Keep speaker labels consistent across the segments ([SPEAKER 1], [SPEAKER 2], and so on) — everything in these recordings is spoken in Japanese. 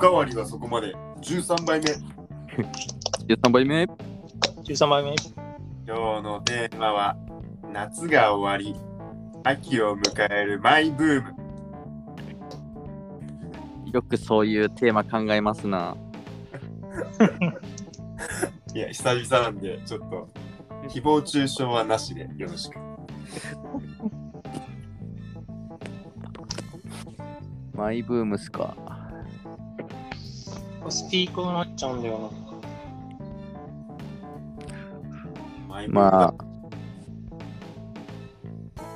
[SPEAKER 1] 代わりはそこまで。13杯目。
[SPEAKER 2] 13杯目。
[SPEAKER 3] 13枚目。
[SPEAKER 1] 今日のテーマは、夏が終わり、秋を迎えるマイブーム。
[SPEAKER 2] よくそういうテーマ考えますな。
[SPEAKER 1] いや、久々なんで、ちょっと、誹謗中傷はなしでよろしく。
[SPEAKER 2] マイブームスか。
[SPEAKER 3] スピーカーになっちゃうんだよ
[SPEAKER 1] マイブーム
[SPEAKER 2] まあ、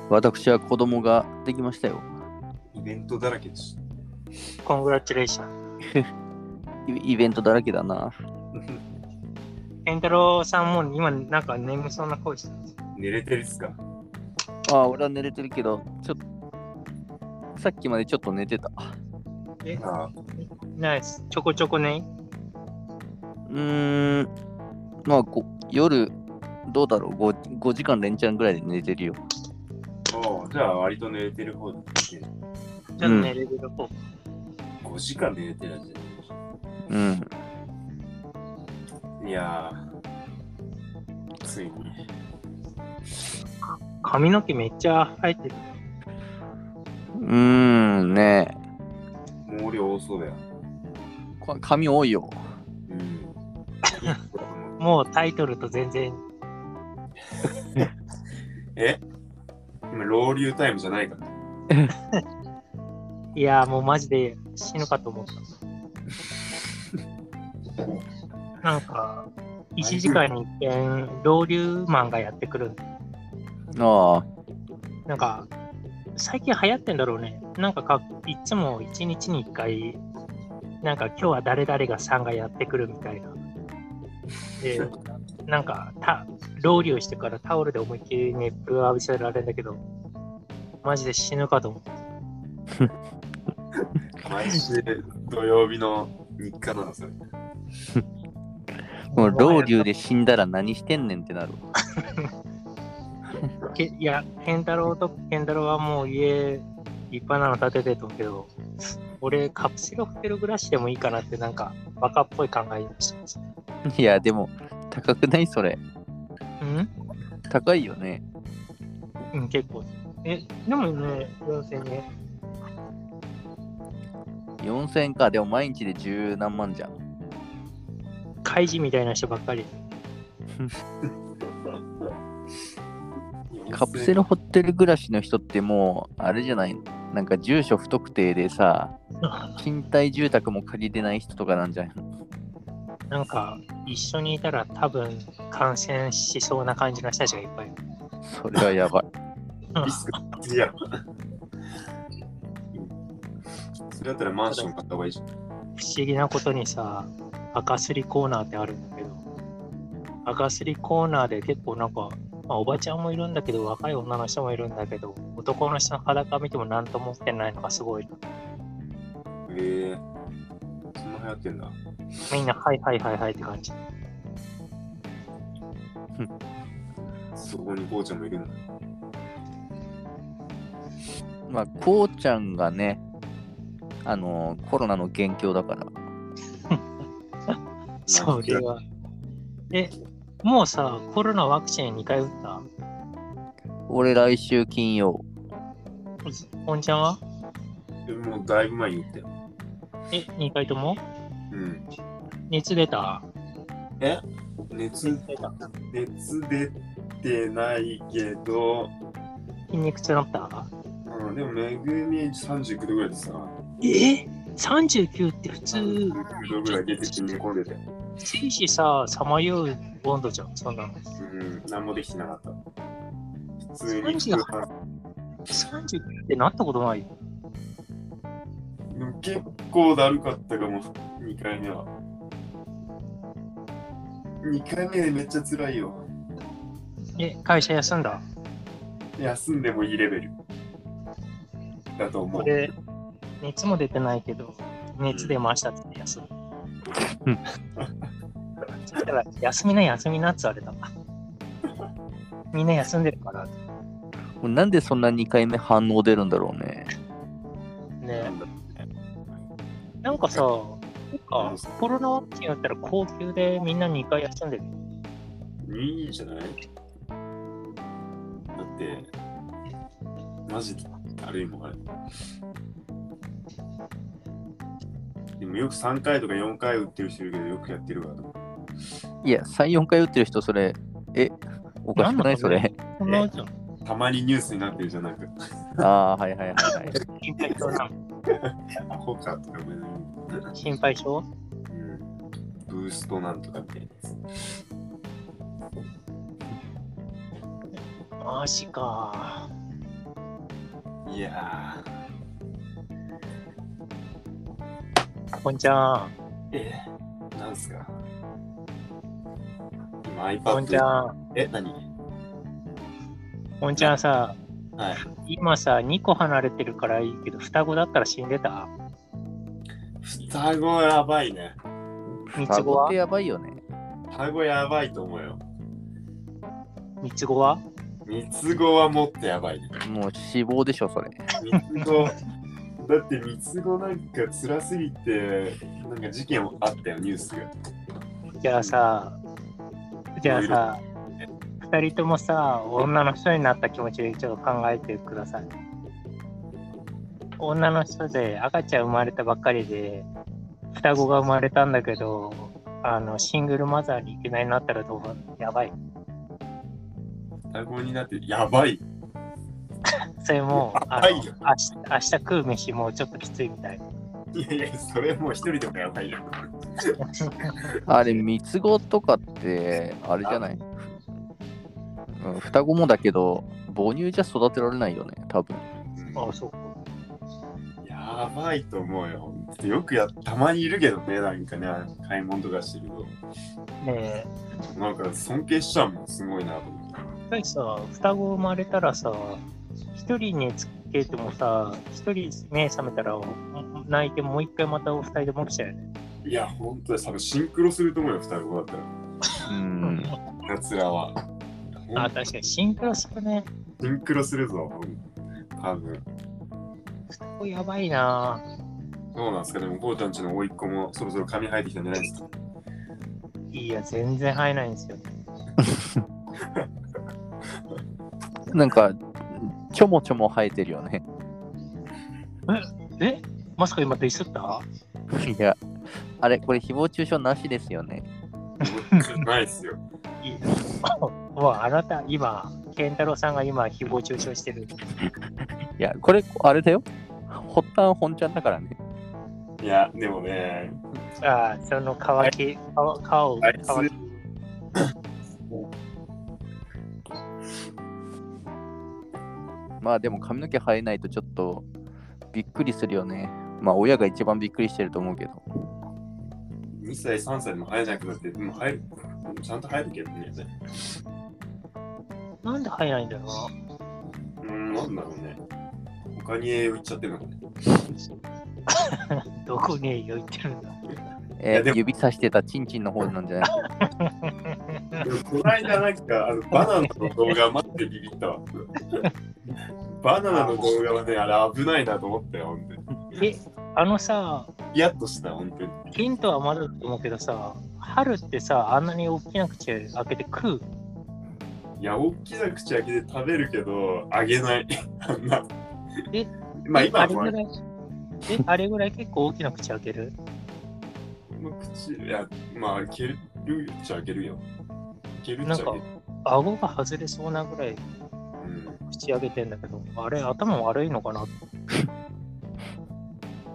[SPEAKER 2] 私は子供ができましたよ。
[SPEAKER 1] イベントだらけです。
[SPEAKER 3] な。コングラチュレーション。
[SPEAKER 2] イイベントだらけだな。
[SPEAKER 3] ケンタロウさんも今なんか眠そうな声してます。
[SPEAKER 1] 寝れてるっすか
[SPEAKER 2] ああ、俺は寝れてるけど、ちょっと、さっきまでちょっと寝てた。
[SPEAKER 3] え、
[SPEAKER 1] ああ
[SPEAKER 3] ナイス。ちょこちょこね。
[SPEAKER 2] うーん、まあ、ご夜、どうだろう 5, 5時間連チャンぐらいで寝てるよ。
[SPEAKER 1] おうじゃあ割と寝れてる方だけど
[SPEAKER 3] ちょっと寝れる方。
[SPEAKER 1] 5時間寝れてるんじ
[SPEAKER 2] うん。
[SPEAKER 1] ゃないいやー、ついに。
[SPEAKER 3] 髪の毛めっちゃ生えてる。
[SPEAKER 2] うーん、ね
[SPEAKER 1] 毛量多そうだよ。
[SPEAKER 2] え。こ髪多いよ。
[SPEAKER 1] うん。
[SPEAKER 3] もうタイトルと全然。
[SPEAKER 1] え今、ロウリュタイムじゃないから。
[SPEAKER 3] いやーもうマジで死ぬかと思った。なんか、1時間に一遍、老流マンがやってくるんで
[SPEAKER 2] ああ、
[SPEAKER 3] なんか、最近流行ってんだろうね。なんかか、いつも1日に1回、なんか今日は誰々がさんがやってくるみたいな。 で、なんか、た、ロウリュしてからタオルで思いっきり熱風を浴びせられるんだけど、マジで死ぬかと思った。
[SPEAKER 1] 毎週土曜日の日課なの、それ。
[SPEAKER 2] もう、老流で死んだら何してんねんってなる。
[SPEAKER 3] けいや、ケンタロウとケンタロウはもう家、立派なの建ててると思うけど、俺、カプセルホテル暮らしでもいいかなって、なんか、バカっぽい考えをしてます。
[SPEAKER 2] いや、でも、高くないそれ。
[SPEAKER 3] うん
[SPEAKER 2] 高いよね。
[SPEAKER 3] うん、結構。え、でもね、4000ね。
[SPEAKER 2] 4000円か。でも、毎日で十何万じゃん。
[SPEAKER 3] 開示みたいな人ばっかり。
[SPEAKER 2] カプセルホテル暮らしの人ってもう、あれじゃないなんか、住所不特定でさ、賃貸住宅も借りてない人とかなんじゃない
[SPEAKER 3] なんか、一緒にいたら多分、感染しそうな感じの人たちがいっぱいいる。
[SPEAKER 2] それはやばい。
[SPEAKER 1] リスクいや。それだったらマンション買った方がいいじゃん。
[SPEAKER 3] 不思議なことにさ、赤すりコーナーってあるんだけど、赤すりコーナーで結構なんか、まあ、おばちゃんもいるんだけど、若い女の人もいるんだけど、男の人の裸見ても何とも思ってないのがすごいな。
[SPEAKER 1] へえそんな流行ってんだ。
[SPEAKER 3] みんな、はいはいはいはいって感じ。
[SPEAKER 1] そこにこうちゃんもいるんだ。
[SPEAKER 2] まあ、こうちゃんがね、あのコロナの元凶だから。
[SPEAKER 3] それは。え、もうさ、コロナワクチン2回打った
[SPEAKER 2] 俺、来週金曜。
[SPEAKER 3] おんちゃんは
[SPEAKER 1] でもうだいぶ前に言ったよ。
[SPEAKER 3] え、2回とも
[SPEAKER 1] うん。
[SPEAKER 3] 熱出た
[SPEAKER 1] 熱、熱出てないけど、
[SPEAKER 3] 筋肉痛だった
[SPEAKER 1] うん、でも、めぐみ39度ぐらいでさ、
[SPEAKER 3] え ?39 って普通、
[SPEAKER 1] 39度ぐらい出てきて寝込んでて、
[SPEAKER 3] ついしさ、さまよう温度じゃん、そんなの。
[SPEAKER 1] うん、何もできてなかった。普通に
[SPEAKER 3] 3939ってなったことないよ。
[SPEAKER 1] でも結構だるかったかも、2回目は。2回目でめっちゃ辛いよ。
[SPEAKER 3] え、会社休んだ
[SPEAKER 1] 休んでもいいレベル。だと思う。
[SPEAKER 3] 俺、熱も出てないけど、熱出ましたって休む。
[SPEAKER 2] うん
[SPEAKER 3] そしたら、休みな休みなって言われた。みんな休んでるから。
[SPEAKER 2] もうなんでそんな2回目反応出るんだろうね。
[SPEAKER 3] ねなんかさ、あコロナワクチンだったら高級でみんな2回休んでる。
[SPEAKER 1] いいじゃないだって、マジで、あれもんあれ。でもよく3回とか4回打ってる人いるけど、よくやってるわと思う。
[SPEAKER 2] いや、3、4回打ってる人、それ、え、おかしくないそれ。
[SPEAKER 3] そんなじゃん。
[SPEAKER 1] たまにニュースになってるじゃなく、
[SPEAKER 2] ああー、はいはいはいはい。
[SPEAKER 3] 心配性な
[SPEAKER 1] アホかとか思いながら
[SPEAKER 3] の心配性
[SPEAKER 1] うんブーストなんとかみたいなやつ。
[SPEAKER 3] マジか。
[SPEAKER 1] いや
[SPEAKER 3] こんちゃん、
[SPEAKER 1] ー、えー、なんすか今
[SPEAKER 3] こんちゃ
[SPEAKER 1] iPad。
[SPEAKER 3] ん、
[SPEAKER 1] え、何
[SPEAKER 3] こんちゃんさ、
[SPEAKER 1] はい。
[SPEAKER 3] 今さ、2個離れてるからいいけど、双子だったら死んでた
[SPEAKER 1] 双子やばいね。
[SPEAKER 3] 三つ
[SPEAKER 2] 双
[SPEAKER 3] 子
[SPEAKER 2] 子っ
[SPEAKER 3] は
[SPEAKER 2] てやばいよね。
[SPEAKER 1] 双子やばいと思うよ。
[SPEAKER 3] 三つ子は
[SPEAKER 1] 三つ子はもっとやばいね。
[SPEAKER 2] もう死亡でしょ、それ。
[SPEAKER 1] 三つ子。だって三つ子なんか辛すぎて、なんか事件あったよ、ニュースが。
[SPEAKER 3] じゃあさ、じゃあさ、二人ともさ、女の人になった気持ちでちょっと考えてください。女の人で赤ちゃん生まれたばっかりで、双子が生まれたんだけど、あのシングルマザーにいけないなったらどう思うやばい。
[SPEAKER 1] 双子になって、やばい。
[SPEAKER 3] それもう、あの
[SPEAKER 1] はい
[SPEAKER 3] 明日明日食う飯もちょっときついみたい。
[SPEAKER 1] いやいや、それもう一人でもやばいよ。
[SPEAKER 2] あれ、三つ子とかって、あれじゃない、うん、双子もだけど、母乳じゃ育てられないよね、多分。
[SPEAKER 3] ああ、そうか。
[SPEAKER 1] やばいと思うよ。よくやたまにいるけどね、なんかね、買い物とかしてる
[SPEAKER 3] ねえ、
[SPEAKER 1] と。なんか尊敬しちゃうもん、すごいなと思って。
[SPEAKER 3] 一回さ、双子生まれたらさ、一人につけてもさ、一人目覚めたら泣いてもう一回またお二人でも起きちゃうよね。
[SPEAKER 1] いや、ほんとに多分シンクロすると思うよ、双子だったら。
[SPEAKER 2] うん。
[SPEAKER 1] 夏らは。ほんと
[SPEAKER 3] あ、確かにシンクロするね。
[SPEAKER 1] シンクロするぞ、多分。
[SPEAKER 3] 双子やばいな
[SPEAKER 1] どうなんですかでも、こうちゃんちの甥いっ子もそろそろ髪生えてきたんじゃないですか
[SPEAKER 3] いや、全然生えないんですよ。
[SPEAKER 2] なんか、ちょもちょも生えてるよね。
[SPEAKER 3] えまさか今ディスった
[SPEAKER 2] いや、あれ、これ、誹謗中傷なしですよね。
[SPEAKER 1] ないっすよ。
[SPEAKER 3] いい もうあなた、今、健太郎さんが今、誹謗中傷してる。
[SPEAKER 2] いや、これ、あれだよ。発端本ちゃんだからね。
[SPEAKER 1] いや、でもね、
[SPEAKER 3] ああ、その乾き、顔顔を
[SPEAKER 1] あいつ
[SPEAKER 3] 乾き。
[SPEAKER 2] まあでも髪の毛生えないとちょっとびっくりするよね。まあ親が一番びっくりしてると思うけど。
[SPEAKER 1] 2歳、3歳でも生えなくなって、でも生える。ちゃんと生えるけどね。
[SPEAKER 3] なんで生えないんだろうな。
[SPEAKER 1] うーん、なんだろうね。他に栄養いっちゃってるのかね。
[SPEAKER 3] どこに栄養いってるんだ
[SPEAKER 1] い
[SPEAKER 2] え
[SPEAKER 1] やでも
[SPEAKER 2] 指さしてたチンチンの方なんじゃない
[SPEAKER 1] でもこの間なんかあのバナナの動画待ってビビったわ。バナナの動画はね、あれ危ないなと思ったよ、本当に。
[SPEAKER 3] え、あのさ、
[SPEAKER 1] ヒヤッとした、本当に。
[SPEAKER 3] ヒントはまだだと思うけどさ、春ってさ、あんなに大きな口開けて食う
[SPEAKER 1] いや、大きな口開けて食べるけど、あげない。あんな
[SPEAKER 3] え。
[SPEAKER 1] まあ今
[SPEAKER 3] あ
[SPEAKER 1] は
[SPEAKER 3] れ
[SPEAKER 1] も
[SPEAKER 3] ぐ
[SPEAKER 1] う
[SPEAKER 3] らい、え、あれぐらい結構大きな口開 ける
[SPEAKER 1] 口、いや、まあ、開けるっちゃ開けるよ。開けるっちゃ開ける。
[SPEAKER 3] 顎が外れそうなぐらい口開けてんだけど、あれ、頭悪いのか
[SPEAKER 1] う
[SPEAKER 3] な
[SPEAKER 1] ん、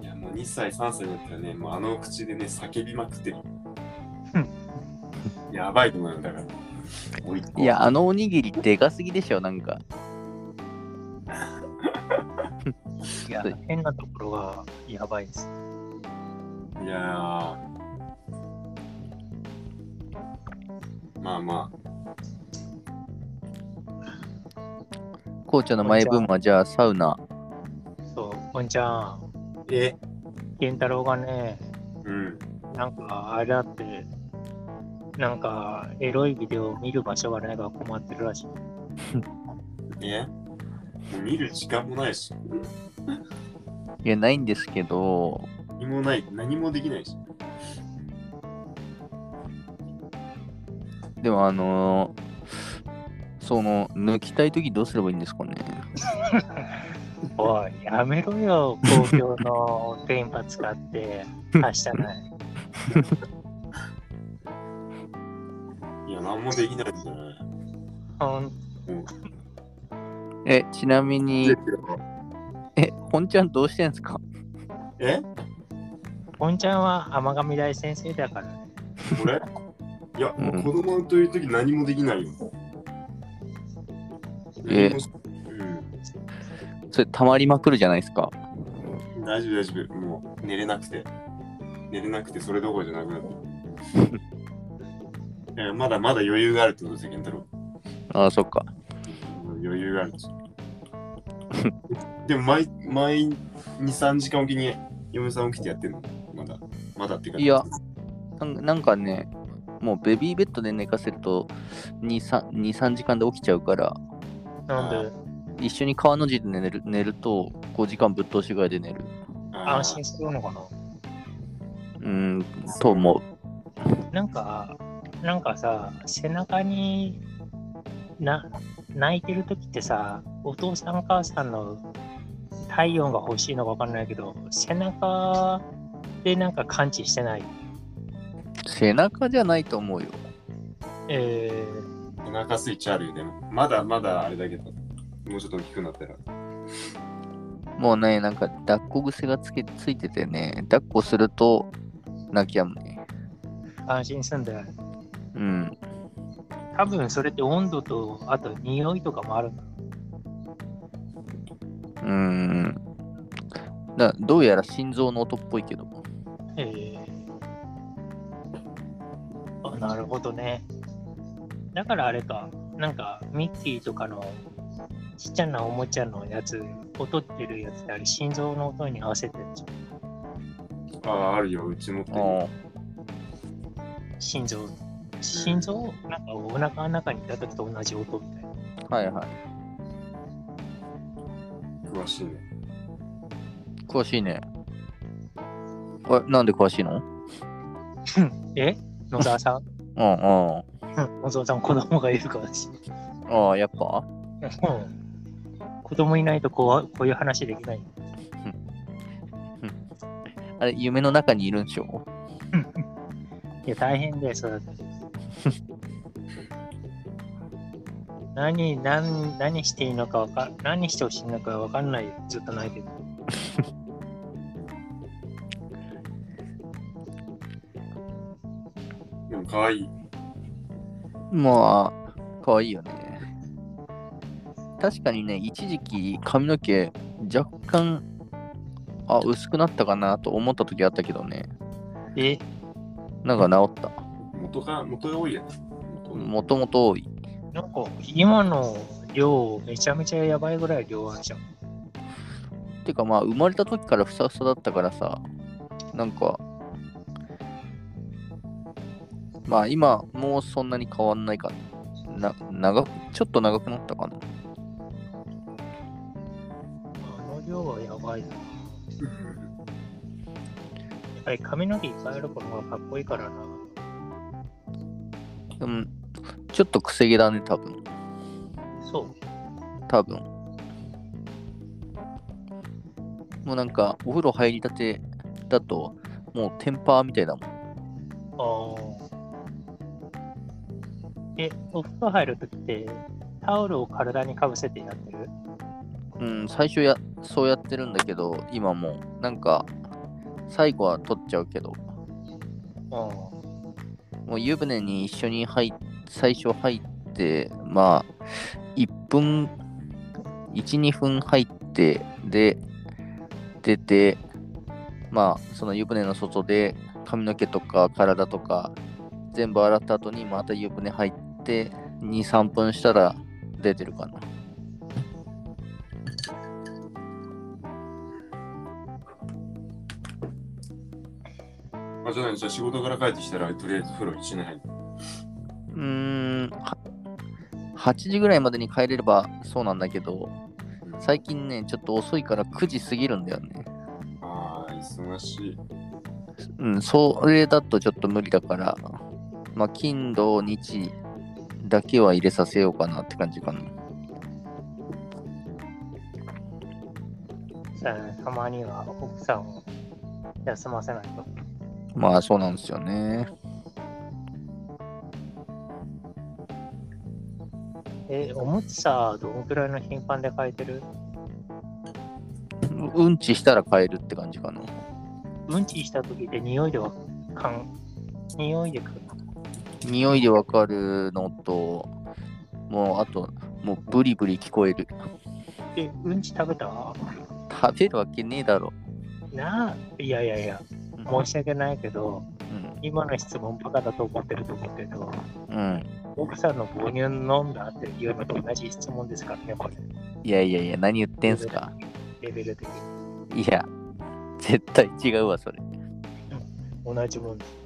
[SPEAKER 1] いや、もう2歳、3歳だったらね、もうあの口でね、叫びまくってる。やばいと思うよ、だから。おいっ子
[SPEAKER 2] いや、あのおにぎりでかすぎでしょ、なんか。
[SPEAKER 3] いや
[SPEAKER 2] そう、
[SPEAKER 3] 変なところがやばいです。
[SPEAKER 1] いやーまあま
[SPEAKER 2] 校長のマイブームはじゃあサウナ。
[SPEAKER 3] そう、こんちゃん、
[SPEAKER 1] あ。え
[SPEAKER 3] 健太郎がね、
[SPEAKER 1] うん。
[SPEAKER 3] なんかあれだって、なんかエロいビデオを見る場所がないから困ってるらしい。
[SPEAKER 1] えもう見る時間もないし、
[SPEAKER 2] いや、ないんですけど、
[SPEAKER 1] 何もない、何もできないし。
[SPEAKER 2] でもあのーその抜きたい時どうすればいいんですかね
[SPEAKER 3] おい、やめろよ、公共の電波使って、はしたない。
[SPEAKER 1] いや、なんもできないんじゃない
[SPEAKER 3] ほん
[SPEAKER 2] えちなみにえ本ちゃんどうしてんすか
[SPEAKER 1] え
[SPEAKER 3] ほんちゃんは天神大先生だからね。
[SPEAKER 1] 俺いや、
[SPEAKER 2] うん
[SPEAKER 1] 子供という時何もできないよ。
[SPEAKER 2] え
[SPEAKER 1] う
[SPEAKER 2] それたまりまくるじゃないですか
[SPEAKER 1] ん、大丈夫大丈夫。もう寝れなくて。寝れなくてそれどころじゃなくな った。いやまだまだ余裕があるってことですよ、健太郎。
[SPEAKER 2] ああそっか
[SPEAKER 1] 余裕があるし。でも毎、毎2、3時間おきに嫁さん起きてやってるのまだ。まだっていうか。
[SPEAKER 2] いやなんなんかねもうベビーベッドで寝かせると23時間で起きちゃうから
[SPEAKER 3] なんで
[SPEAKER 2] 一緒に川の字で寝る寝ると5時間ぶっ通しぐらいで寝る
[SPEAKER 1] あー
[SPEAKER 3] 安心するのか
[SPEAKER 2] うーんと思う
[SPEAKER 3] ななんか、なんかさ、背中にな泣いてる時ってさ、お父さんお母さんの体温が欲しいのかわかんないけど、背中でなんか感知してない。
[SPEAKER 2] 背中じゃないと思うよ
[SPEAKER 3] え
[SPEAKER 1] お腹スイッチあるよね。まだまだあれだけど、もうちょっと大きくなったら。
[SPEAKER 2] もうね、なんか抱っこ癖がつけついててね、抱っこすると泣き止むね。
[SPEAKER 3] ー、安心すんだよ。
[SPEAKER 2] うん。
[SPEAKER 3] 多分それって温度と、あと匂いとかもあるんだ
[SPEAKER 2] うーん。だどうやら心臓の音っぽいけど。
[SPEAKER 3] えー、なるほどね。だからあれか、なんかミッキーとかのちっちゃなおもちゃのやつ、音ってるやつってあれ心臓の音に合わせてるじ
[SPEAKER 1] あ
[SPEAKER 3] ゃん
[SPEAKER 1] あ、あるよ、うち持ってる。
[SPEAKER 2] あ
[SPEAKER 3] 心臓。心臓なんかお腹の中にいた時と同じ音みたいな。
[SPEAKER 2] あ、はいはい。
[SPEAKER 1] 詳しいね。
[SPEAKER 2] 詳しいね。え、なんで詳しいの
[SPEAKER 3] え野沢さん
[SPEAKER 2] うんうん。
[SPEAKER 3] うん野沢さん子供がいるからし。
[SPEAKER 2] ああ、やっぱ
[SPEAKER 3] うん子供いないとこうこういう話できない。
[SPEAKER 2] あれ、夢の中にいるんでしょ
[SPEAKER 3] いや、大変だよ、育てる。何、何、何していいのかわか、何してほしいのかわかんないよ。ずっと泣いてる。
[SPEAKER 1] でも、かわいい。
[SPEAKER 2] まあ、可愛いよね。確かにね、一時期髪の毛若干、あ、薄くなったかなと思った時あったけどね。
[SPEAKER 3] え、
[SPEAKER 2] なんか治った。
[SPEAKER 1] 元が、元が多いやつ。元
[SPEAKER 2] もともと多い。
[SPEAKER 3] なんか、今の量、めちゃめちゃやばいぐらい量あるじゃん。
[SPEAKER 2] てかまあ生まれた時からふさふさだったからさ、なんか、まあ今もうそんなに変わんないかな。な長くちょっと長くなったかな。
[SPEAKER 3] あの量はやばいな。やっぱり髪の毛いっぱいある子の方がかっこいいからな。
[SPEAKER 2] でもちょっとくせ毛だね、多分。
[SPEAKER 3] そう。
[SPEAKER 2] 多分。もうなんかお風呂入りたてだと、もうテンパーみたいだもん。
[SPEAKER 3] ああ。え、お風呂入るときって、タオルを体にかぶせてやってる
[SPEAKER 2] うん、最初や、そうやってるんだけど、今もうなんか、最後は取っちゃうけど、
[SPEAKER 3] うん。
[SPEAKER 2] もう湯船に一緒に入っ最初入ってまあ1分12分入ってで出てまあその湯船の外で髪の毛とか体とか全部洗った後にまた湯船入って23分したら出てるかな
[SPEAKER 1] あ、じゃない、じゃあ仕事から帰ってきたら、とりあえず風呂一年入る。
[SPEAKER 2] うーんは8時ぐらいまでに帰れればそうなんだけど最近ねちょっと遅いから9時過ぎるんだよね
[SPEAKER 1] ああ、忙しい。
[SPEAKER 2] うん、それだとちょっと無理だから、まあ、金、土、日、だけは入れさせようかなって感じかな。
[SPEAKER 3] そうやねたまには奥さんを休ませないと。
[SPEAKER 2] まあそうなんですよね。
[SPEAKER 3] え、おむつさ、どんくらいの頻繁で変えてる
[SPEAKER 2] ううんちしたら変えるって感じかな。
[SPEAKER 3] うんちした時って匂いではかん、匂いでか
[SPEAKER 2] 匂いでわかるのと、もうあと、もうブリブリ聞こえる。
[SPEAKER 3] え、うんち食べた
[SPEAKER 2] 食べるわけねえだろ。
[SPEAKER 3] なあ、いやいやいや、
[SPEAKER 2] うん
[SPEAKER 3] 申し訳ないけど、今の質問バカだと思ってると思うけど、
[SPEAKER 2] うん。うん。
[SPEAKER 3] 奥さんの母乳飲んだっていうのと同じ質問ですからね、これ。
[SPEAKER 2] いやいやいや、何言ってんすか。
[SPEAKER 3] レベル的に。
[SPEAKER 2] いや、絶対違うわ、それ。
[SPEAKER 3] 同じもんです。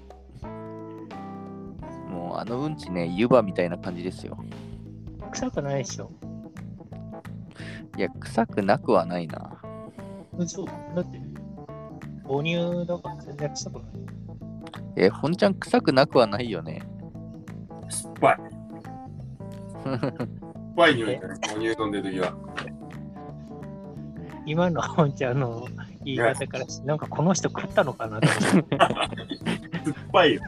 [SPEAKER 2] もうあのうんちね、湯葉みたいな感じですよ。
[SPEAKER 3] 臭くないでしょ。
[SPEAKER 2] いや、臭くなくはないな。
[SPEAKER 3] 嘘だって、母乳だから全然臭くない。
[SPEAKER 2] え、ほんちゃん臭くなくはないよね。
[SPEAKER 1] 酸っぱい。酸っぱい匂いだね、母乳飲んでる時は。
[SPEAKER 3] 今の本ちゃんの言い方からして、なんかこの人食ったのかなと思って
[SPEAKER 1] 酸っぱいよ。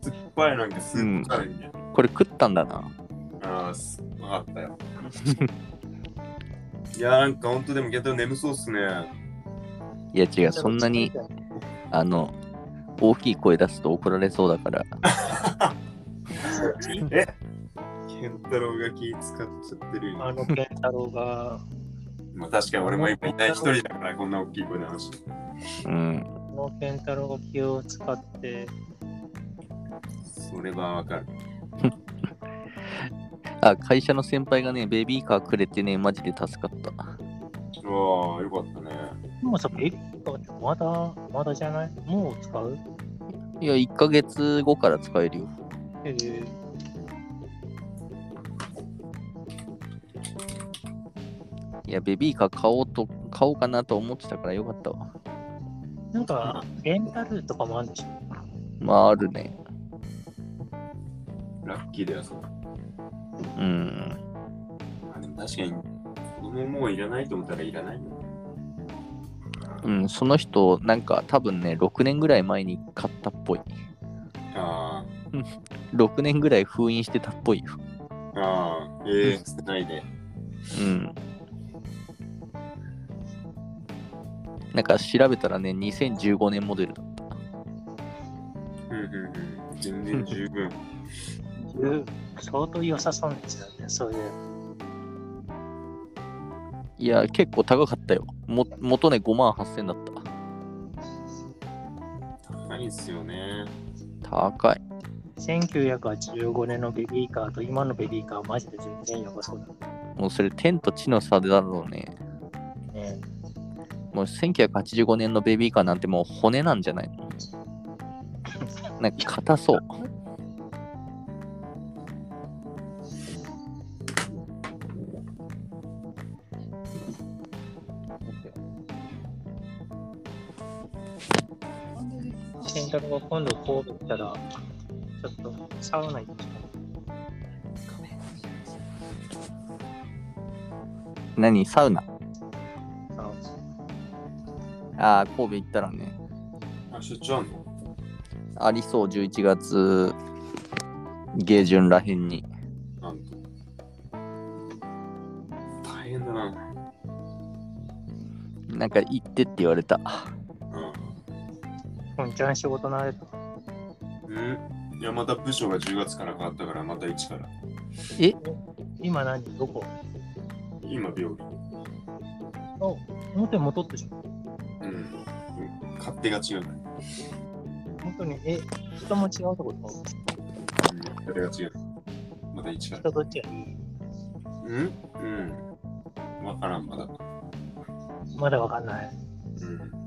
[SPEAKER 1] 酸っぱいなんかスープカレーみたいな。
[SPEAKER 2] これ食ったんだな。
[SPEAKER 1] ああ、酸っぱかったよ。いやーなんかほんとでも逆に眠そうっすね。
[SPEAKER 2] いや違う、そんなに、あの、大きい声出すと怒られそうだから。
[SPEAKER 1] えケンタロウが気使っちゃってるよ。
[SPEAKER 3] あの健太郎が、
[SPEAKER 1] まあ確かに俺も今いない一人だからこんな大きい声で話して。
[SPEAKER 2] うん。
[SPEAKER 3] この健太郎が気を使って、
[SPEAKER 1] それはわかる。
[SPEAKER 2] あ、会社の先輩がね、ベビーカーくれてね、マジで助かった。
[SPEAKER 1] うわあ、よかったね。
[SPEAKER 3] でもさ、ベビーカーってまだ、まだじゃないもう使う
[SPEAKER 2] いや、1ヶ月後から使えるよ。
[SPEAKER 3] えー
[SPEAKER 2] いや、ベビーカー買おうと、買おうかなと思ってたからよかったわ。
[SPEAKER 3] なんか、レンタルとかもあるでしょ
[SPEAKER 2] まあ、あるね。
[SPEAKER 1] ラッキーだよ、そこ
[SPEAKER 2] うん。
[SPEAKER 1] あでも確かに、子供もういらないと思ったらいらないもん
[SPEAKER 2] うん、その人、なんか多分ね、6年ぐらい前に買ったっぽい。
[SPEAKER 1] あ
[SPEAKER 2] 6年ぐらい封印してたっぽいよ。
[SPEAKER 1] あ、ああ、ええー、捨てないで。
[SPEAKER 2] うん。なんか調べたらね、2015年モデルだった。
[SPEAKER 1] うんうんうん。全然十分。
[SPEAKER 3] うん相当良さそうなやつだね、そういう。
[SPEAKER 2] いや、結構高かったよ。も元ね、5万8000だっ
[SPEAKER 1] ないっすよね。
[SPEAKER 2] た。高い。
[SPEAKER 3] 1985年のベビーカーと今のベビーカーはマジで全然やばそうだ
[SPEAKER 2] もうそれ、天と地の差だろうね。
[SPEAKER 3] ね。
[SPEAKER 2] もう1985年のベビーカーなんてもう骨なんじゃないのなんか硬そう。
[SPEAKER 3] 洗濯が今度こう来たら、ちょっとサウナ行ってき
[SPEAKER 2] 何サウナ
[SPEAKER 3] たら、
[SPEAKER 2] ああ、神戸行ったらね。
[SPEAKER 1] あ、出張あんの
[SPEAKER 2] ありそう、11月下旬らへんに。
[SPEAKER 1] なんと。大変だな。
[SPEAKER 2] なんか行ってって言われた。
[SPEAKER 3] 本ちゃん仕事慣れた。
[SPEAKER 1] うん。うん。いや、また部署が10月から変わったから、また一から。
[SPEAKER 3] 今何どこ
[SPEAKER 1] 今、病院。
[SPEAKER 3] 表戻ってしまう。
[SPEAKER 1] うん。うん勝手が違うから。
[SPEAKER 3] 本当に、え、人も違うと
[SPEAKER 1] う
[SPEAKER 3] こと
[SPEAKER 1] ん、勝手が違う。また一から。
[SPEAKER 3] 人どっちがいい
[SPEAKER 1] うんうん。わからん、まだ。
[SPEAKER 3] まだわかんない。
[SPEAKER 1] うん。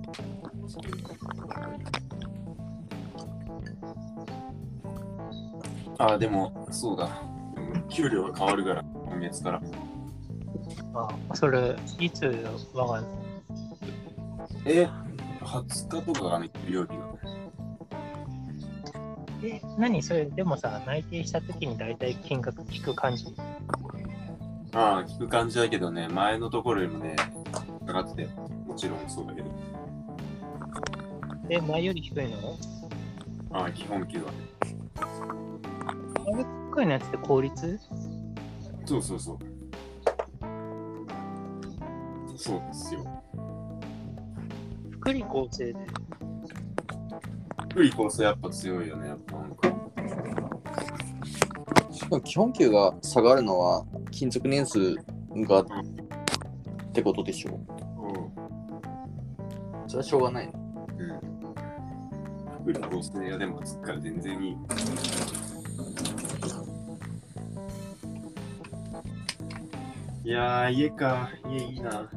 [SPEAKER 1] あ、でも、そうだ。うん給料が変わるから、今月から。
[SPEAKER 3] あそれ、いつわかんない。
[SPEAKER 1] え ?20 日とかがね、給料日が。
[SPEAKER 3] え、何それ、でもさ、内定したときに大体金額聞く感じ。
[SPEAKER 1] ああ、聞く感じだけどね、前のところよりもね、上がってて、もちろんそうだけど、
[SPEAKER 3] え、前より低いの
[SPEAKER 1] ああ、基本給は。
[SPEAKER 3] 前より低いのやつって効率
[SPEAKER 1] そうそうそう。そうですよ。
[SPEAKER 3] 福利厚生で。
[SPEAKER 1] 福利厚生やっぱ強いよね、やっぱなんか。
[SPEAKER 2] しかも基本給が下がるのは勤続年数がってことでしょ
[SPEAKER 1] う
[SPEAKER 2] それはしょうがない
[SPEAKER 1] ん。福利厚生はでもつっから全然いい。いやー、家か。家いいな。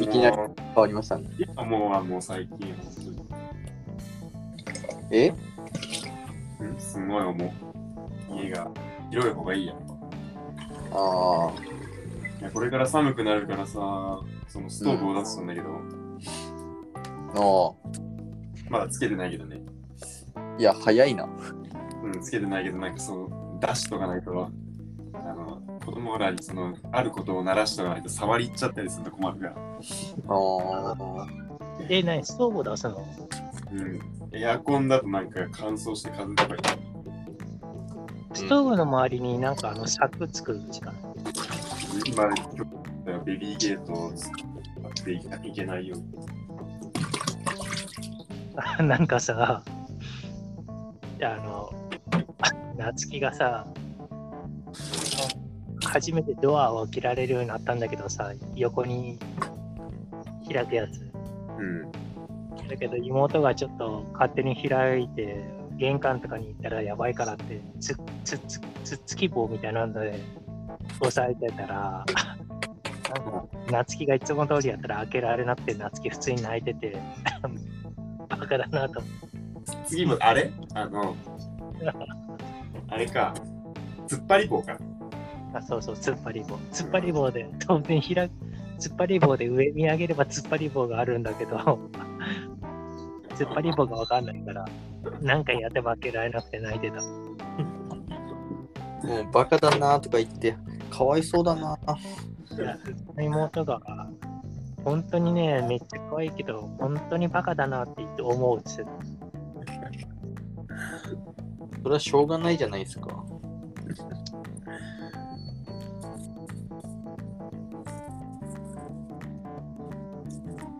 [SPEAKER 2] いきなり変わりましたね
[SPEAKER 1] いや、もうはもう最近、本当に
[SPEAKER 2] え
[SPEAKER 1] うんすごい思う。家が広い方がいいやん。
[SPEAKER 2] ああ
[SPEAKER 1] いやこれから寒くなるからさ、そのストーブを出すんだけど、
[SPEAKER 2] あ
[SPEAKER 1] まだつけてないけどね。
[SPEAKER 2] いや早いな
[SPEAKER 1] うん、つけてないけど、なんかその出しとかないと、あの、子供らにその、あることを鳴らしとかないと触り入っちゃったりすると困るから。
[SPEAKER 2] ああ
[SPEAKER 3] え、何ストーブ出すの
[SPEAKER 1] うん。エアコンだとなんか乾燥して風とか
[SPEAKER 3] ストーブの周りになんかあの柵作るしかない。
[SPEAKER 1] 今、今日、ベビーゲートを使っていいけないよ。
[SPEAKER 3] あ なんかさ、あの、 夏希がさ、初めてドアを開けられるようになったんだけどさ、横に開くやつ。
[SPEAKER 1] うん。
[SPEAKER 3] だけど妹がちょっと勝手に開いて、玄関とかに行ったらやばいからって、つつつつつき棒みたいなので押さえてたら、 なんか夏希がいつも通りやったら開けられなくて、夏希普通に泣いてて、 バカだなと思って
[SPEAKER 1] 次も、あれあの、あれか。突っ張り棒か。
[SPEAKER 3] あそうそう、突っ張り棒。突っ張り棒で、当然開く、突っ張り棒で上見上げれば突っ張り棒があるんだけど、突っ張り棒がわかんないから、何回やって負けられなくて泣いてた。
[SPEAKER 2] もうバカだなとか言ってかわいそうだなあ
[SPEAKER 3] いや妹が、本当にね、めっちゃ可愛いけど、本当にバカだなって言って思うっつって
[SPEAKER 2] それはしょうがないじゃないですか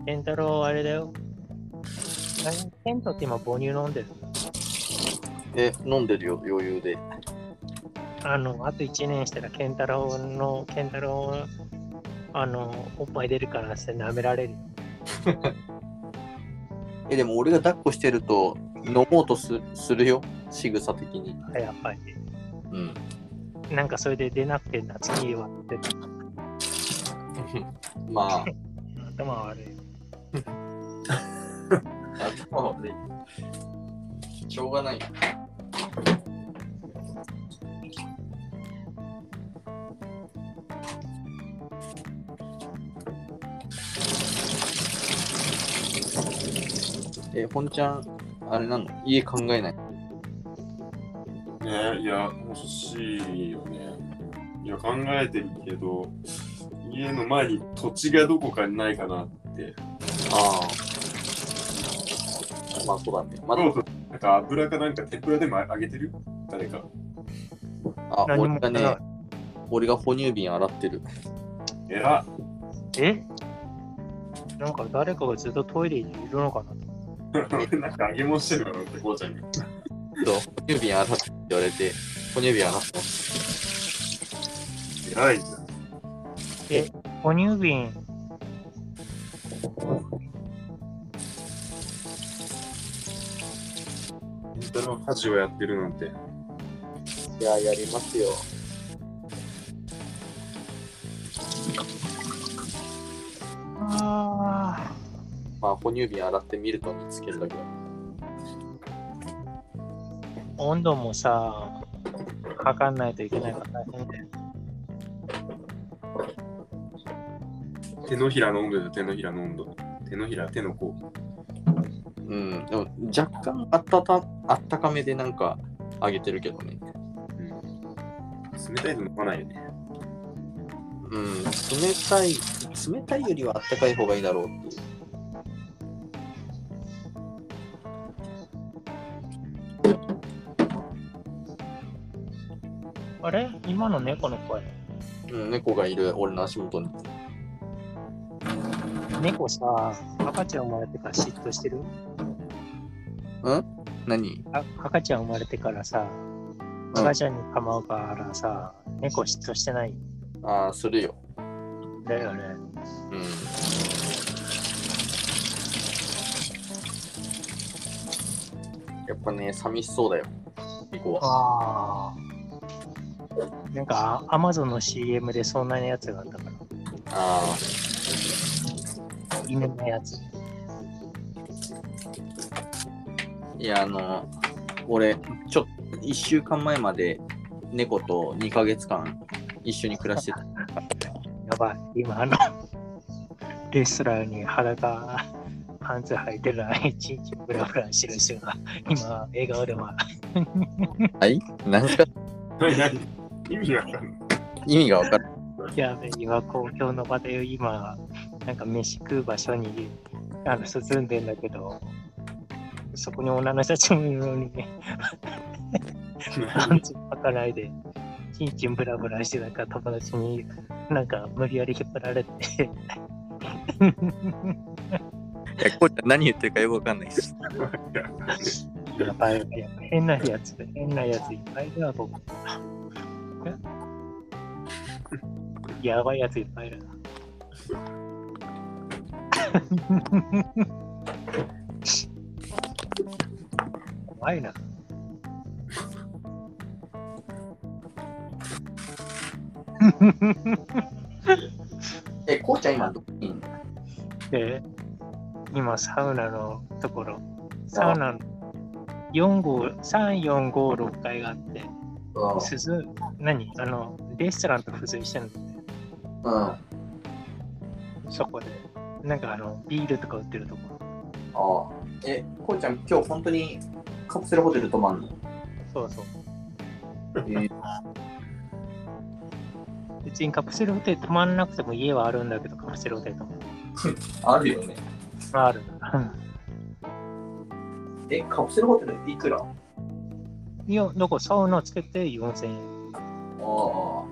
[SPEAKER 3] 健太郎、あれだよ。何健太って今母乳飲んでる
[SPEAKER 2] え飲んでるよ余裕で
[SPEAKER 3] あの、あと1年したら健太郎の、健太郎、あの、おっぱい出るからして舐められる。
[SPEAKER 2] えでも俺が抱っこしてると飲もうとすするよ仕草的に
[SPEAKER 3] やっぱり。
[SPEAKER 2] うん
[SPEAKER 3] なんかそれで出なくて夏希は出た
[SPEAKER 2] まあ
[SPEAKER 3] 頭悪い。
[SPEAKER 2] 頭悪い。 しょうがない。え、本ちゃん、あれなの家考えない。
[SPEAKER 1] ねいや、欲しいよね。いや、考えてるけど、家の前に土地がどこかにないかなって。
[SPEAKER 2] ああ。まあそうだね。まだ、
[SPEAKER 1] なんか油かなんか天ぷらでもあげてる誰か。
[SPEAKER 2] あ、
[SPEAKER 3] 何も
[SPEAKER 2] 俺がね、俺が哺乳瓶洗ってる。
[SPEAKER 1] えら
[SPEAKER 3] えなんか誰かがずっとトイレにいるのかな
[SPEAKER 1] っ なんか揚げ物してるかなって、こうちゃんに。
[SPEAKER 2] そう哺乳瓶洗ってって言われて、哺乳瓶洗ってます。
[SPEAKER 1] えらいじゃん。
[SPEAKER 3] 哺乳瓶。
[SPEAKER 1] 本当の家事をやってるなんて。
[SPEAKER 2] いや、やりますよ。
[SPEAKER 3] あ
[SPEAKER 2] まあ哺乳瓶洗ってみると見つけるだけだ。
[SPEAKER 3] あ。温度もさ、測んないといけないから大変だよ。
[SPEAKER 1] 手のひらの温度だよ、手のひらの温度。手のひら、手の甲。
[SPEAKER 2] うん、でも若干あったたあったかめでなんかあげてるけどね。
[SPEAKER 1] 冷たいの飲まないよね。
[SPEAKER 2] うん、冷たい、冷たいよりはあったかい方がいいだろうっていう。
[SPEAKER 3] あれ今の猫の声。
[SPEAKER 2] うん、猫がいる俺の足元に。
[SPEAKER 3] 猫さ、赤ちゃん生まれてから嫉妬してる
[SPEAKER 2] 何
[SPEAKER 3] あ赤ちゃん生まれてからさ、赤ちゃんに構うからさ、猫嫉妬してないん
[SPEAKER 2] ああ、するよ。
[SPEAKER 3] だよね。
[SPEAKER 2] うん。やっぱね、寂しそうだよ。猫は。
[SPEAKER 3] ああ。なんか、アマゾンの CM でそんなやつがあったから、
[SPEAKER 2] あ
[SPEAKER 3] 犬のやつ。
[SPEAKER 2] あ、いや、あの、俺、ちょっと1週間前まで猫と2ヶ月間一緒に暮らしてた。
[SPEAKER 3] やばい、今あの、 レストランに裸、パンツ履いてない、一日ブラブラしてる人が、今、笑顔では、
[SPEAKER 2] はい何か
[SPEAKER 1] 何何意味わかんない。
[SPEAKER 2] 意味が分からん。
[SPEAKER 3] やべ、今公共の場で今、なんか飯食う場所に、あの、進んでんだけど、そこに女の人たちもいるのにね、パンツ履かないで、ちんちんブラブラして、なんか友達に、なんか無理やり引っ張られて、
[SPEAKER 2] いや、こいつ何言ってるかよく分かんないし。
[SPEAKER 3] やばい、やばい変なやつ、変なやついっぱいだわ、僕。やばいやついっぱいいるな。怖いな。
[SPEAKER 2] え、こうちゃん今どこにいんの
[SPEAKER 3] で、今、サウナのところ、サウナの4号、3、4、5、6階があって、鈴、何あの、レストランと付随してるの
[SPEAKER 2] うん。あ
[SPEAKER 3] そこで、なんかあの、ビールとか売ってるところ。
[SPEAKER 2] あ。え、こうちゃん今日本当にカプセルホテル泊まんの
[SPEAKER 3] そうそう。
[SPEAKER 2] え
[SPEAKER 3] 別にカプセルホテル泊まんなくても家はあるんだけど、カプセルホテル泊まる。
[SPEAKER 2] あるよね。
[SPEAKER 3] あるな。
[SPEAKER 2] え、カプセルホテルいくらあ
[SPEAKER 3] いや、だからサウナつけて4000円。
[SPEAKER 2] あ。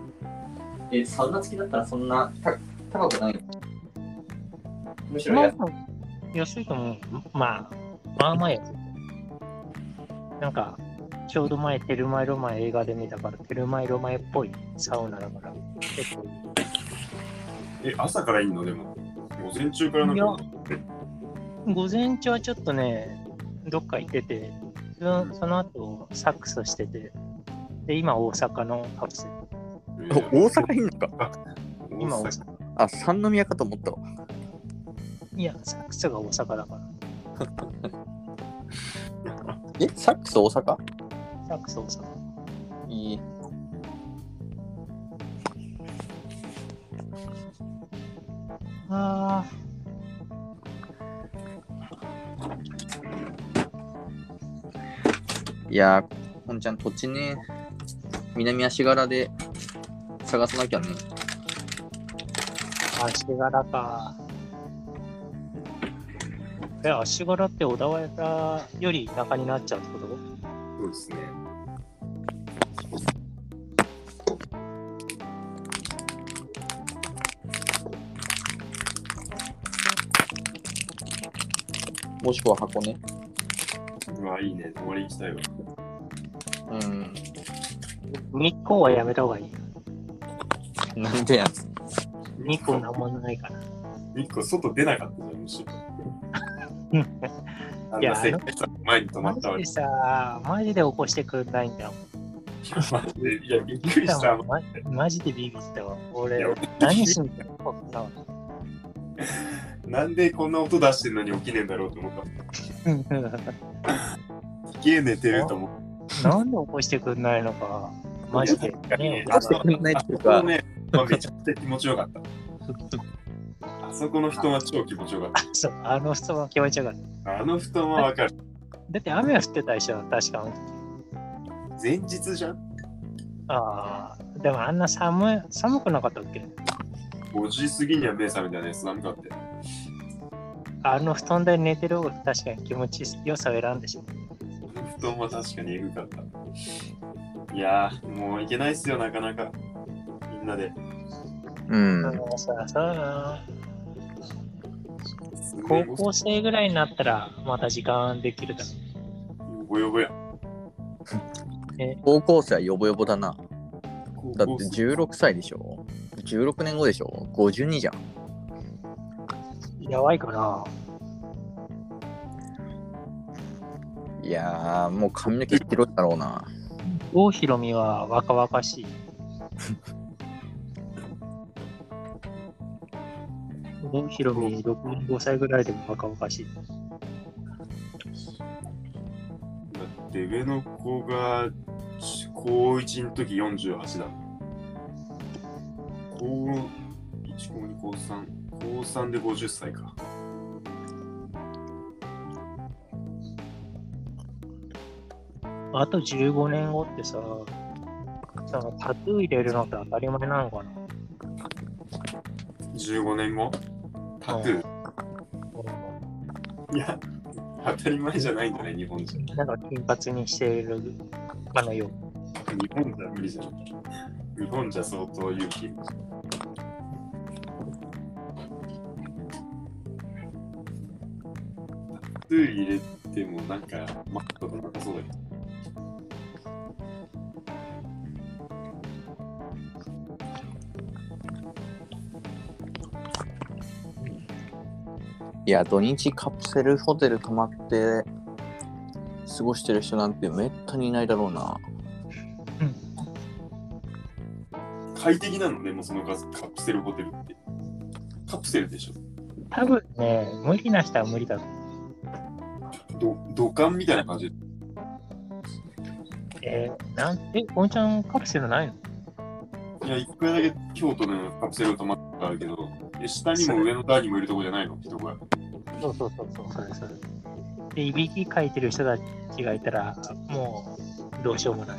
[SPEAKER 2] え、サウナ付きだったらそんなた高くないむしろ
[SPEAKER 3] な
[SPEAKER 2] や
[SPEAKER 3] んか安いと思う。まあ、まあまあ安い。なんか、ちょうど前、テルマエロマエ映画で見たから、テルマエロマエっぽいサウナだから、結構いい。
[SPEAKER 1] え、朝からいいのでも。午前中からなんか
[SPEAKER 3] 午前中はちょっとね、どっか行ってて、そのその後、サックスしてて、で、今、大阪のカプセル。
[SPEAKER 1] え
[SPEAKER 2] 大
[SPEAKER 1] ー
[SPEAKER 2] 阪いんのか
[SPEAKER 3] 今、
[SPEAKER 1] 大
[SPEAKER 3] 大
[SPEAKER 1] 阪
[SPEAKER 3] 阪。
[SPEAKER 2] あ、三宮かと思ったわ。
[SPEAKER 3] いや、サックスが大阪だから。
[SPEAKER 2] え、サックス大阪
[SPEAKER 3] サックス大阪。
[SPEAKER 2] いい。
[SPEAKER 3] あ
[SPEAKER 2] いやー、こんちゃん土地ね、南足柄で探さなきゃね。
[SPEAKER 3] あ、足柄か。え、足柄って小田原より田舎になっちゃうってこ
[SPEAKER 1] そうですね。
[SPEAKER 2] もしくは箱根。
[SPEAKER 1] うわ、いいね。泊まり行きたいわ。
[SPEAKER 2] うん。
[SPEAKER 3] と日光はやめた方がいいよ。
[SPEAKER 2] なんでやん。
[SPEAKER 3] 日光なんもないから。
[SPEAKER 1] 一個外出なかったじゃん、む しろ。あん
[SPEAKER 3] いや
[SPEAKER 1] な世界遺産の前に止ま
[SPEAKER 3] マ
[SPEAKER 1] っ
[SPEAKER 3] ジ
[SPEAKER 1] たわけ
[SPEAKER 3] で。さ、マジで起こしてくんないんだよ。
[SPEAKER 1] マジでいや、びっくりした。
[SPEAKER 3] ママジでビビったわ。
[SPEAKER 1] いや
[SPEAKER 3] 俺、何しに来たの
[SPEAKER 1] なんでこんな音出してんのに起きねえんだろうと思った。すげえ寝てると思っ
[SPEAKER 3] なんで起こしてくんないのか。マジで。ね
[SPEAKER 1] 出して
[SPEAKER 2] くんないっていう
[SPEAKER 1] た。
[SPEAKER 2] か
[SPEAKER 1] ね、まあ、めちゃくちゃ気持ちよかった。あそこの布団は超気持ちよかっ
[SPEAKER 3] そう、あの質問気持ちよかった。
[SPEAKER 1] た。あの布団はわかる。
[SPEAKER 3] だって雨は降ってたでしょ、確か。
[SPEAKER 1] 前日じゃん
[SPEAKER 3] ああ、でもあんな寒い、寒くなかったっけ
[SPEAKER 1] ?5 時過ぎには目覚めたね、スナムかって。
[SPEAKER 3] あの布団で寝てる方が確かに気持ち良さを選んでしまう。
[SPEAKER 1] 布団は確かにエグかった。いやー、もういけないっすよ、なかなか。みんなで。
[SPEAKER 4] うん。
[SPEAKER 3] あのささ
[SPEAKER 1] すご
[SPEAKER 3] 高
[SPEAKER 1] い
[SPEAKER 3] 校生ぐらいになったらまた時間できるだろ
[SPEAKER 1] よぼよぼや。
[SPEAKER 2] 高校生はヨボヨボだな。だっ
[SPEAKER 1] 高
[SPEAKER 2] て
[SPEAKER 1] 校生
[SPEAKER 2] 16歳でしょ ?16 年後でしょ ?52 じゃん。
[SPEAKER 3] う。やばいかな。
[SPEAKER 2] いやー、もう髪の毛広いだろうな。
[SPEAKER 3] 郷ひろみは若々 しい。郷ひろみ65歳ぐらいでも若々しい。
[SPEAKER 1] だって上の子が高1の時48だ。高1、高2、高3。高3で50歳か。
[SPEAKER 3] あと15年後ってさ、そのタトゥー入れるのって当たり前なのかな
[SPEAKER 1] 15年後タトゥー。いや、当たり前じゃないんだね、日本じゃ。日
[SPEAKER 3] なんか金髪にしているかのよう。
[SPEAKER 1] 本じゃ無理じゃん。日本じゃ相当勇気いる。タトゥー入れてもなんか、マットとかなさそうだよ
[SPEAKER 2] いや、土日カプセルホテル泊まって過ごしてる人なんてめったにいないだろうな。
[SPEAKER 1] 快適なのね、もうそのカスカプセルホテルって。カプセルでしょ。
[SPEAKER 3] 多分ね、無理な人は無理だと思う。
[SPEAKER 1] ど土管みたいな感じで。
[SPEAKER 3] えー、なんえ、おんちゃんカプセルないの
[SPEAKER 1] いや、一回だけ京都のカプセル泊まったことあるけど、え下にも上の段にもいるとこじゃないの、人が。
[SPEAKER 3] そうそうそうそう、それそれ。で、いびきかいてる人たちがいたら、もうどうしようもない。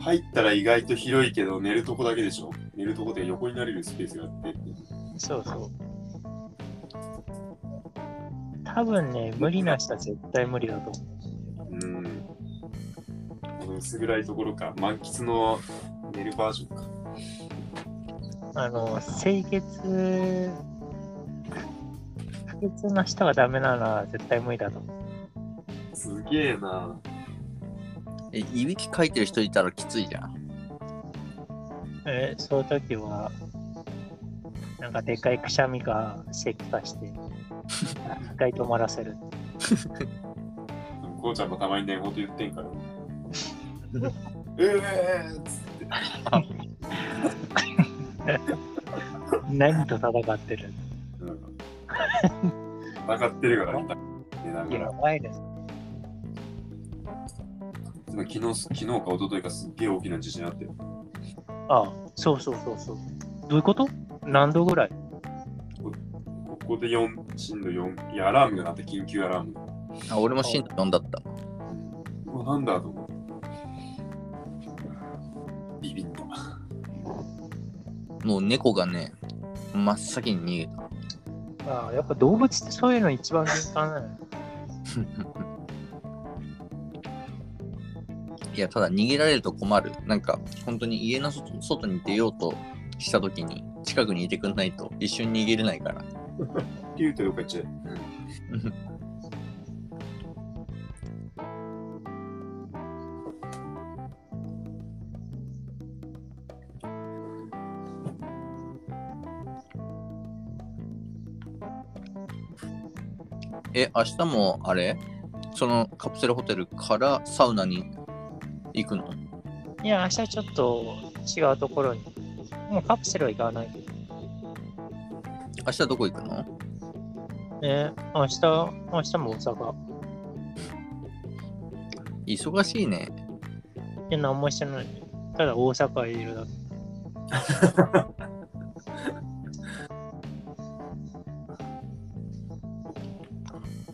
[SPEAKER 1] 入ったら意外と広いけど、寝るとこだけでしょ。寝るとこで横になれるスペースがあって。
[SPEAKER 3] そうそう。多分ね、無理な人は絶対無理だと思
[SPEAKER 1] うん。この薄暗いところか、満喫の寝るバージョンか。
[SPEAKER 3] う。あの、清潔、不潔な人がダメなのは絶対無理だと思う。
[SPEAKER 1] すげえな。
[SPEAKER 2] え、いびきかいてる人いたらきついじゃん。
[SPEAKER 3] えーそういう時は、なんかでっかいくしゃみか、咳かして、一回止まらせる。
[SPEAKER 1] こうちゃんもたまに寝言言ってんから。うえーっつって
[SPEAKER 3] 何と戦ってる
[SPEAKER 1] うん戦ってるから、寝なが
[SPEAKER 3] や
[SPEAKER 1] ら。
[SPEAKER 3] ばいです。
[SPEAKER 1] 昨日、昨日か一昨日かすっげえ大きな地震あって、
[SPEAKER 3] ああ、そうそうそうそう。どういうこと何度ぐらい
[SPEAKER 1] ここで4、震度4、いや、アラームが鳴って、緊急アラーム。
[SPEAKER 2] あ、俺もシンド4だった。
[SPEAKER 1] うわ、なんだと思って。ビビった。
[SPEAKER 2] もう猫がね、真っ先に逃
[SPEAKER 3] ああ、やっぱ動物ってそういうの一番敏感なのよ。
[SPEAKER 2] げた。いや、ただ逃げられると困る。なんか、本当に家の外外に出ようとした時に、近くにいてくんないと一緒に逃げれないから。
[SPEAKER 1] ピューとよかっちゃう。
[SPEAKER 2] え、明日もあれそのカプセルホテルからサウナに行くの
[SPEAKER 3] いや、明日ちょっと違うところに。もうカプセルは行かないけど。
[SPEAKER 2] 明日どこ行くの
[SPEAKER 3] ね、明日、明日も大阪。
[SPEAKER 2] 忙しいね。
[SPEAKER 3] いや、何もしてない。ただ大阪へいるだけ。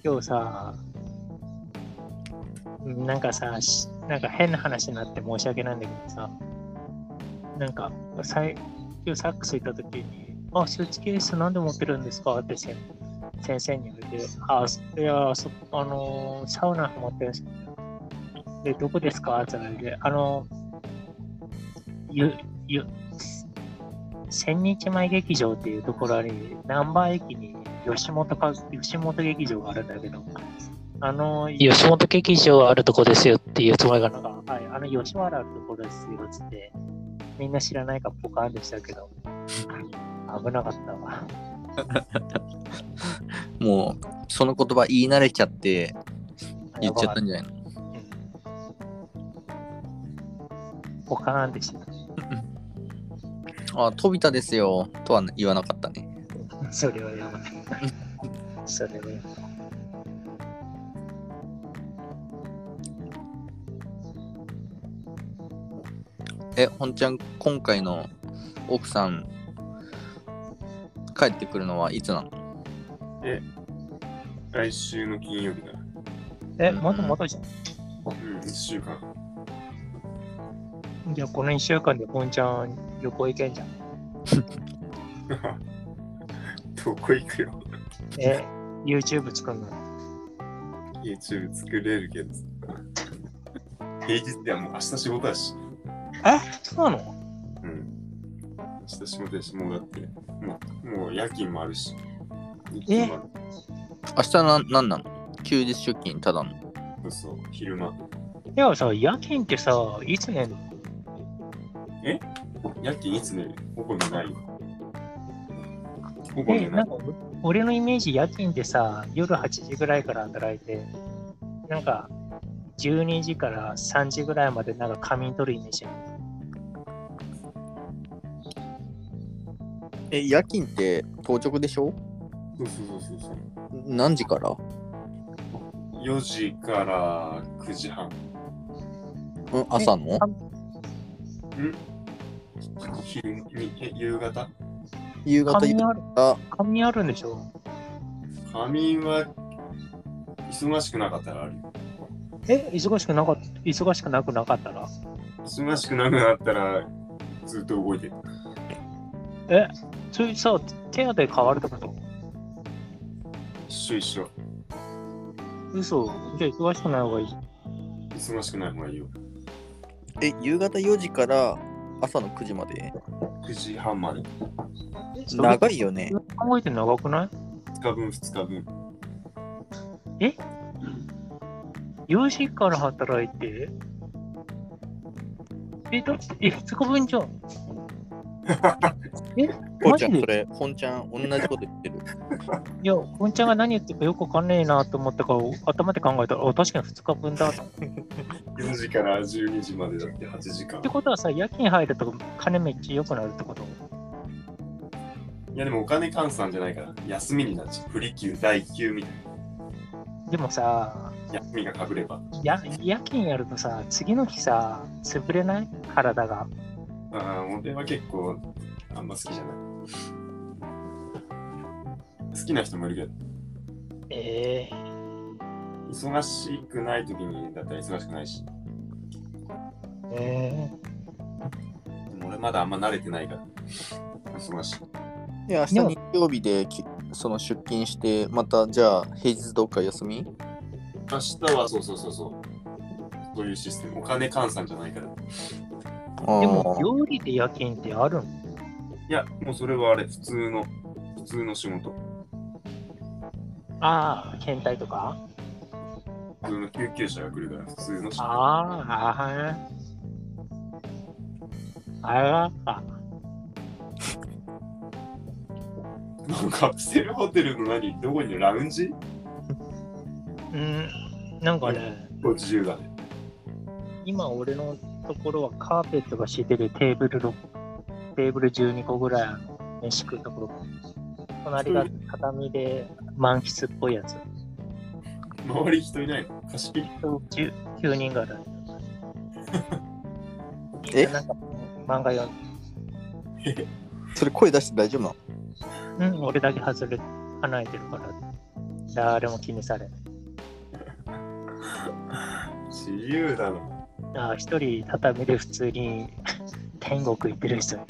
[SPEAKER 3] 今日さ、なんかさ、しなんか変な話になって申し訳ないんだけどさ、なんか、さい今日サックス行った時に、あ、スーツケースなんで持ってるんですかって先先生に言われて、あ、そいや、そあのーサウナハマってるんですで、どこですかって言われて、あのーゆ、ゆ、千日前劇場っていうところに、難波駅に吉本か、吉本劇場があるんだけど、あのー、吉本劇場あるとこですよっていうつもりがなんか、はい、あの吉原あるところですよっつって、みんな知らないからポカーンでしたけど、危なかったわ。
[SPEAKER 5] もう、その言葉言い慣れちゃって、言っちゃったんじゃないの
[SPEAKER 3] うんポカーンでした。
[SPEAKER 5] あ、飛田ですよ、とは言わなかったね。
[SPEAKER 3] それはやばい。それはやばい。
[SPEAKER 5] え、本ちゃん、今回の奥さん、帰ってくるのはいつなの
[SPEAKER 1] 来週の金曜日だ。
[SPEAKER 3] え、まだまだじゃん。
[SPEAKER 1] うん、1週間。
[SPEAKER 3] じゃあこの1週間でポンちゃん旅行行けんじゃん。
[SPEAKER 1] どこ行くよ。
[SPEAKER 3] え、YouTube 作るの
[SPEAKER 1] YouTube 作れるけど。平日ではもう明日仕事だし。
[SPEAKER 3] え、そうなの
[SPEAKER 1] うん。明日仕事だし、もうだって、もうもう夜勤もあるし。日
[SPEAKER 3] え
[SPEAKER 1] 勤もあ
[SPEAKER 5] 明日な、なんなの休日出勤、ただの。
[SPEAKER 1] るそうそう、昼間。
[SPEAKER 3] いやさ、夜勤ってさ、いつねんの
[SPEAKER 1] 夜勤いつ寝る午後寝ない午後
[SPEAKER 3] え、
[SPEAKER 1] 寝な
[SPEAKER 3] ないん。か俺のイメージ夜勤ってさ、夜8時ぐらいから働いて、なんか12時から3時ぐらいまでなんか仮眠取るイメージ。
[SPEAKER 5] え、夜勤って当直でしょ
[SPEAKER 1] そうそうそうそうそう。
[SPEAKER 5] 何時から
[SPEAKER 1] 4時から9時半。
[SPEAKER 5] うん、朝の
[SPEAKER 1] 昼にえ夕方
[SPEAKER 5] 夕方
[SPEAKER 3] 仮
[SPEAKER 5] 夕
[SPEAKER 3] 眠ある
[SPEAKER 5] 方
[SPEAKER 3] 仮眠あるんでしょ
[SPEAKER 1] 仮眠は忙しくなかったらあるよ。
[SPEAKER 3] え、忙しくなかった、忙しくなくなかったら
[SPEAKER 1] 忙しくなくなったらずっと動いてる。
[SPEAKER 3] え、それさ、手当て変わるってこと
[SPEAKER 1] 一緒一緒。
[SPEAKER 3] 嘘。じゃあ忙しくない方がいい。
[SPEAKER 1] 忙しくない方がいいよ。
[SPEAKER 5] え、夕方4時から朝の9時まで
[SPEAKER 1] 9時半まで。
[SPEAKER 5] 長いよね。
[SPEAKER 3] 考えて長くない
[SPEAKER 1] 2日分、2日分。
[SPEAKER 3] 4時から働いて、え、だって、え、2日分じ ゃん。え、
[SPEAKER 5] こ
[SPEAKER 3] マ
[SPEAKER 5] うち
[SPEAKER 3] ジ
[SPEAKER 5] ゃん、そ
[SPEAKER 3] で
[SPEAKER 5] れ、本ちゃん、同じこと言 ってる。
[SPEAKER 3] いや、こんちゃんが何言ってるかよくわかんねえなと思ったから、頭で考えたら、あ確かに2日分だと。っ
[SPEAKER 1] 4時から12時までだって8時間
[SPEAKER 3] て。ことはさ、夜勤入ると金めっちゃ良くなるってこと
[SPEAKER 1] いやでもお金換算じゃないから、休みになっちゃう。不利休、第休みたい
[SPEAKER 3] でもさ、
[SPEAKER 1] な。休みがかぶれば。
[SPEAKER 3] や夜勤やるとさ、次の日さ、潰れない体が。
[SPEAKER 1] ああ、俺は結構あんま好きじゃない。好きな人もいるけど。
[SPEAKER 3] ええ
[SPEAKER 1] 忙しくない時にだったら忙しくないし、
[SPEAKER 3] え
[SPEAKER 1] でも俺まだあんま慣れてないから、忙しい。
[SPEAKER 5] で、明日
[SPEAKER 3] でも
[SPEAKER 5] 日曜日できその出勤して、またじゃあ平日どっか休み
[SPEAKER 1] 明日はそうそうそうそう、そういうシステム、お金換算じゃないから。い
[SPEAKER 5] で
[SPEAKER 3] でも、料理で夜勤ってあるの
[SPEAKER 1] や、もうそれはあれ、普通の、普通の仕事。
[SPEAKER 3] ああ、検体とか
[SPEAKER 1] 普通の救急車が来るから、普通の仕事。
[SPEAKER 3] ああ、ああ、ああ、
[SPEAKER 1] なんかカプセルホテルの何どこにいるラウンジ
[SPEAKER 3] うん、なんかね、
[SPEAKER 1] こっち10だね。
[SPEAKER 3] 今俺のところはカーペットが敷いてるテーブルの、テーブル12個ぐらいあの飯食うところ。隣が畳で満喫っぽいやつ。
[SPEAKER 1] 周り人いないの貸し切り
[SPEAKER 3] 10 9人ぐらい。
[SPEAKER 5] え
[SPEAKER 3] なんか漫画読
[SPEAKER 5] それ声出して大丈夫なの
[SPEAKER 3] んで、うん、俺だけ外れ、離れてるから。誰も気にされない。
[SPEAKER 1] 自由だな。
[SPEAKER 3] ああ、一人畳で普通に 天国行ってる人いる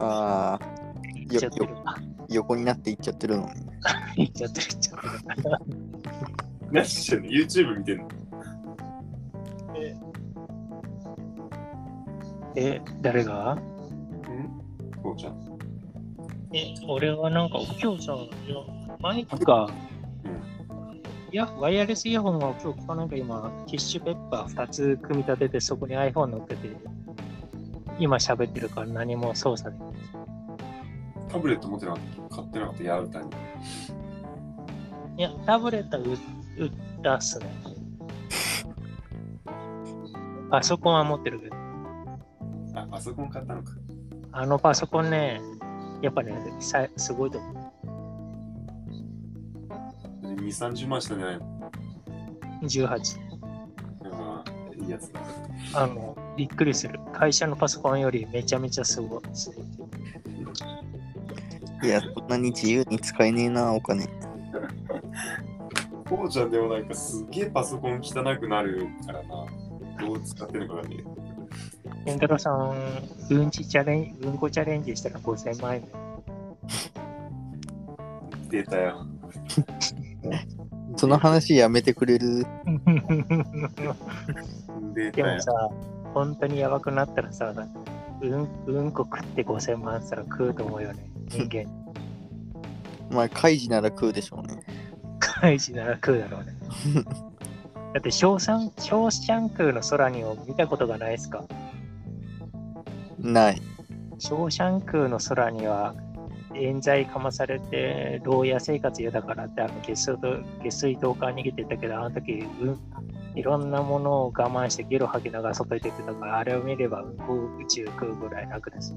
[SPEAKER 2] ああ、
[SPEAKER 3] 行っちゃってる。
[SPEAKER 2] 横になって行っちゃってるのに。
[SPEAKER 3] 行っちゃってる、行っちゃってる。
[SPEAKER 1] 何してんの ?YouTube 見てんの
[SPEAKER 3] え、誰が
[SPEAKER 1] んこうちゃん。
[SPEAKER 3] え、俺はなんか今日さ、マイクか。いや、ワイヤレスイヤホンは今日、このなんか今、ティッシュペッパー2つ組み立てて、そこに iPhone 乗っけて、今喋ってるから何も操作できない。
[SPEAKER 1] タブレット持ってなかった。買ってなかった、ヤウタに。
[SPEAKER 3] いや、タブレットは売ったっすね。パソコンは持ってるけど、
[SPEAKER 1] あ、パソコン買ったのか。
[SPEAKER 3] あのパソコンね、やっぱね、さすごいと思う。
[SPEAKER 1] 2、30万したんじゃないの
[SPEAKER 3] 18。
[SPEAKER 1] まあ、いいやつだ。
[SPEAKER 3] あの、びっくりする。会社のパソコンよりめちゃめちゃすごい。
[SPEAKER 2] いや、そんなに自由に使えねえな、お金。
[SPEAKER 1] こうちゃんでもなんかすげえパソコン汚くなるからな。どう使ってるのかね。
[SPEAKER 3] 健太郎さん、うんちチャレンジ、うんこチャレンジしたら5000万円。
[SPEAKER 1] データや。
[SPEAKER 2] その話やめてくれる。
[SPEAKER 1] デー
[SPEAKER 3] で
[SPEAKER 1] タや
[SPEAKER 3] も。さ、本当にやばくなったらさ、うん、うんこ食って5000万円したら食うと思うよね。人間。
[SPEAKER 2] まあ、カイジなら食うでしょうね。
[SPEAKER 3] 開示なら食うだろうね。だって、ショーシャン、ショーシャンクの空にを見たことがないですか
[SPEAKER 2] ない。
[SPEAKER 3] ショーシャンクの空には、冤罪かまされて、牢屋生活嫌だからって、あの下水道下水道から逃げてったけど、あの時、うん、いろんなものを我慢してゲロ吐きながら外に出てたから、あれを見れば、うんこ宇宙食うぐらい楽です。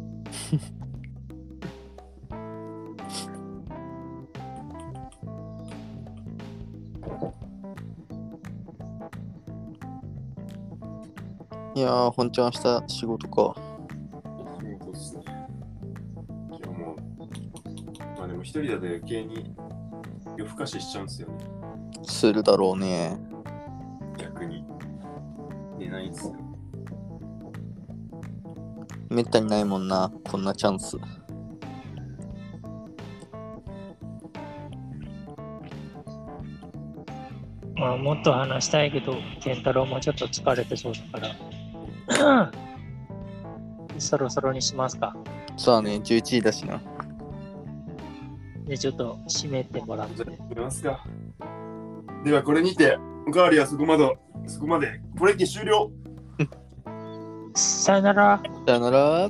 [SPEAKER 2] いやー、本ちゃん明日仕事か。
[SPEAKER 1] 本当ですね。いやもう、まあでも一人だと余計に夜更かししちゃうんですよね。
[SPEAKER 2] するだろうね。
[SPEAKER 1] 逆に。寝ないんすよ。
[SPEAKER 2] めったにないもんな、こんなチャンス。
[SPEAKER 3] まあ、もっと話したいけど、健太郎もちょっと疲れてそうだから、 そろそろにしますか。
[SPEAKER 2] そうね、11時だしな。
[SPEAKER 3] で、ちょっと締めてもらっ
[SPEAKER 1] じ
[SPEAKER 3] て
[SPEAKER 1] ゃあ、。やめますか。では、これにて、おかわりはそこまで、そこまで、これで終了
[SPEAKER 3] さよなら。
[SPEAKER 2] さよなら。